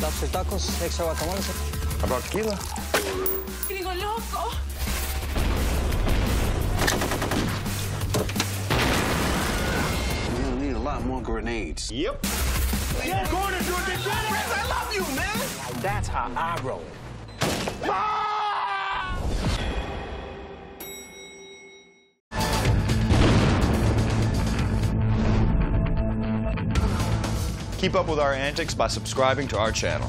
Lobster tacos, extra guacamole. I brought tequila. Gringo loco. You're gonna need a lot more grenades. Yep. That's how I roll. Keep up with our antics by subscribing to our channel.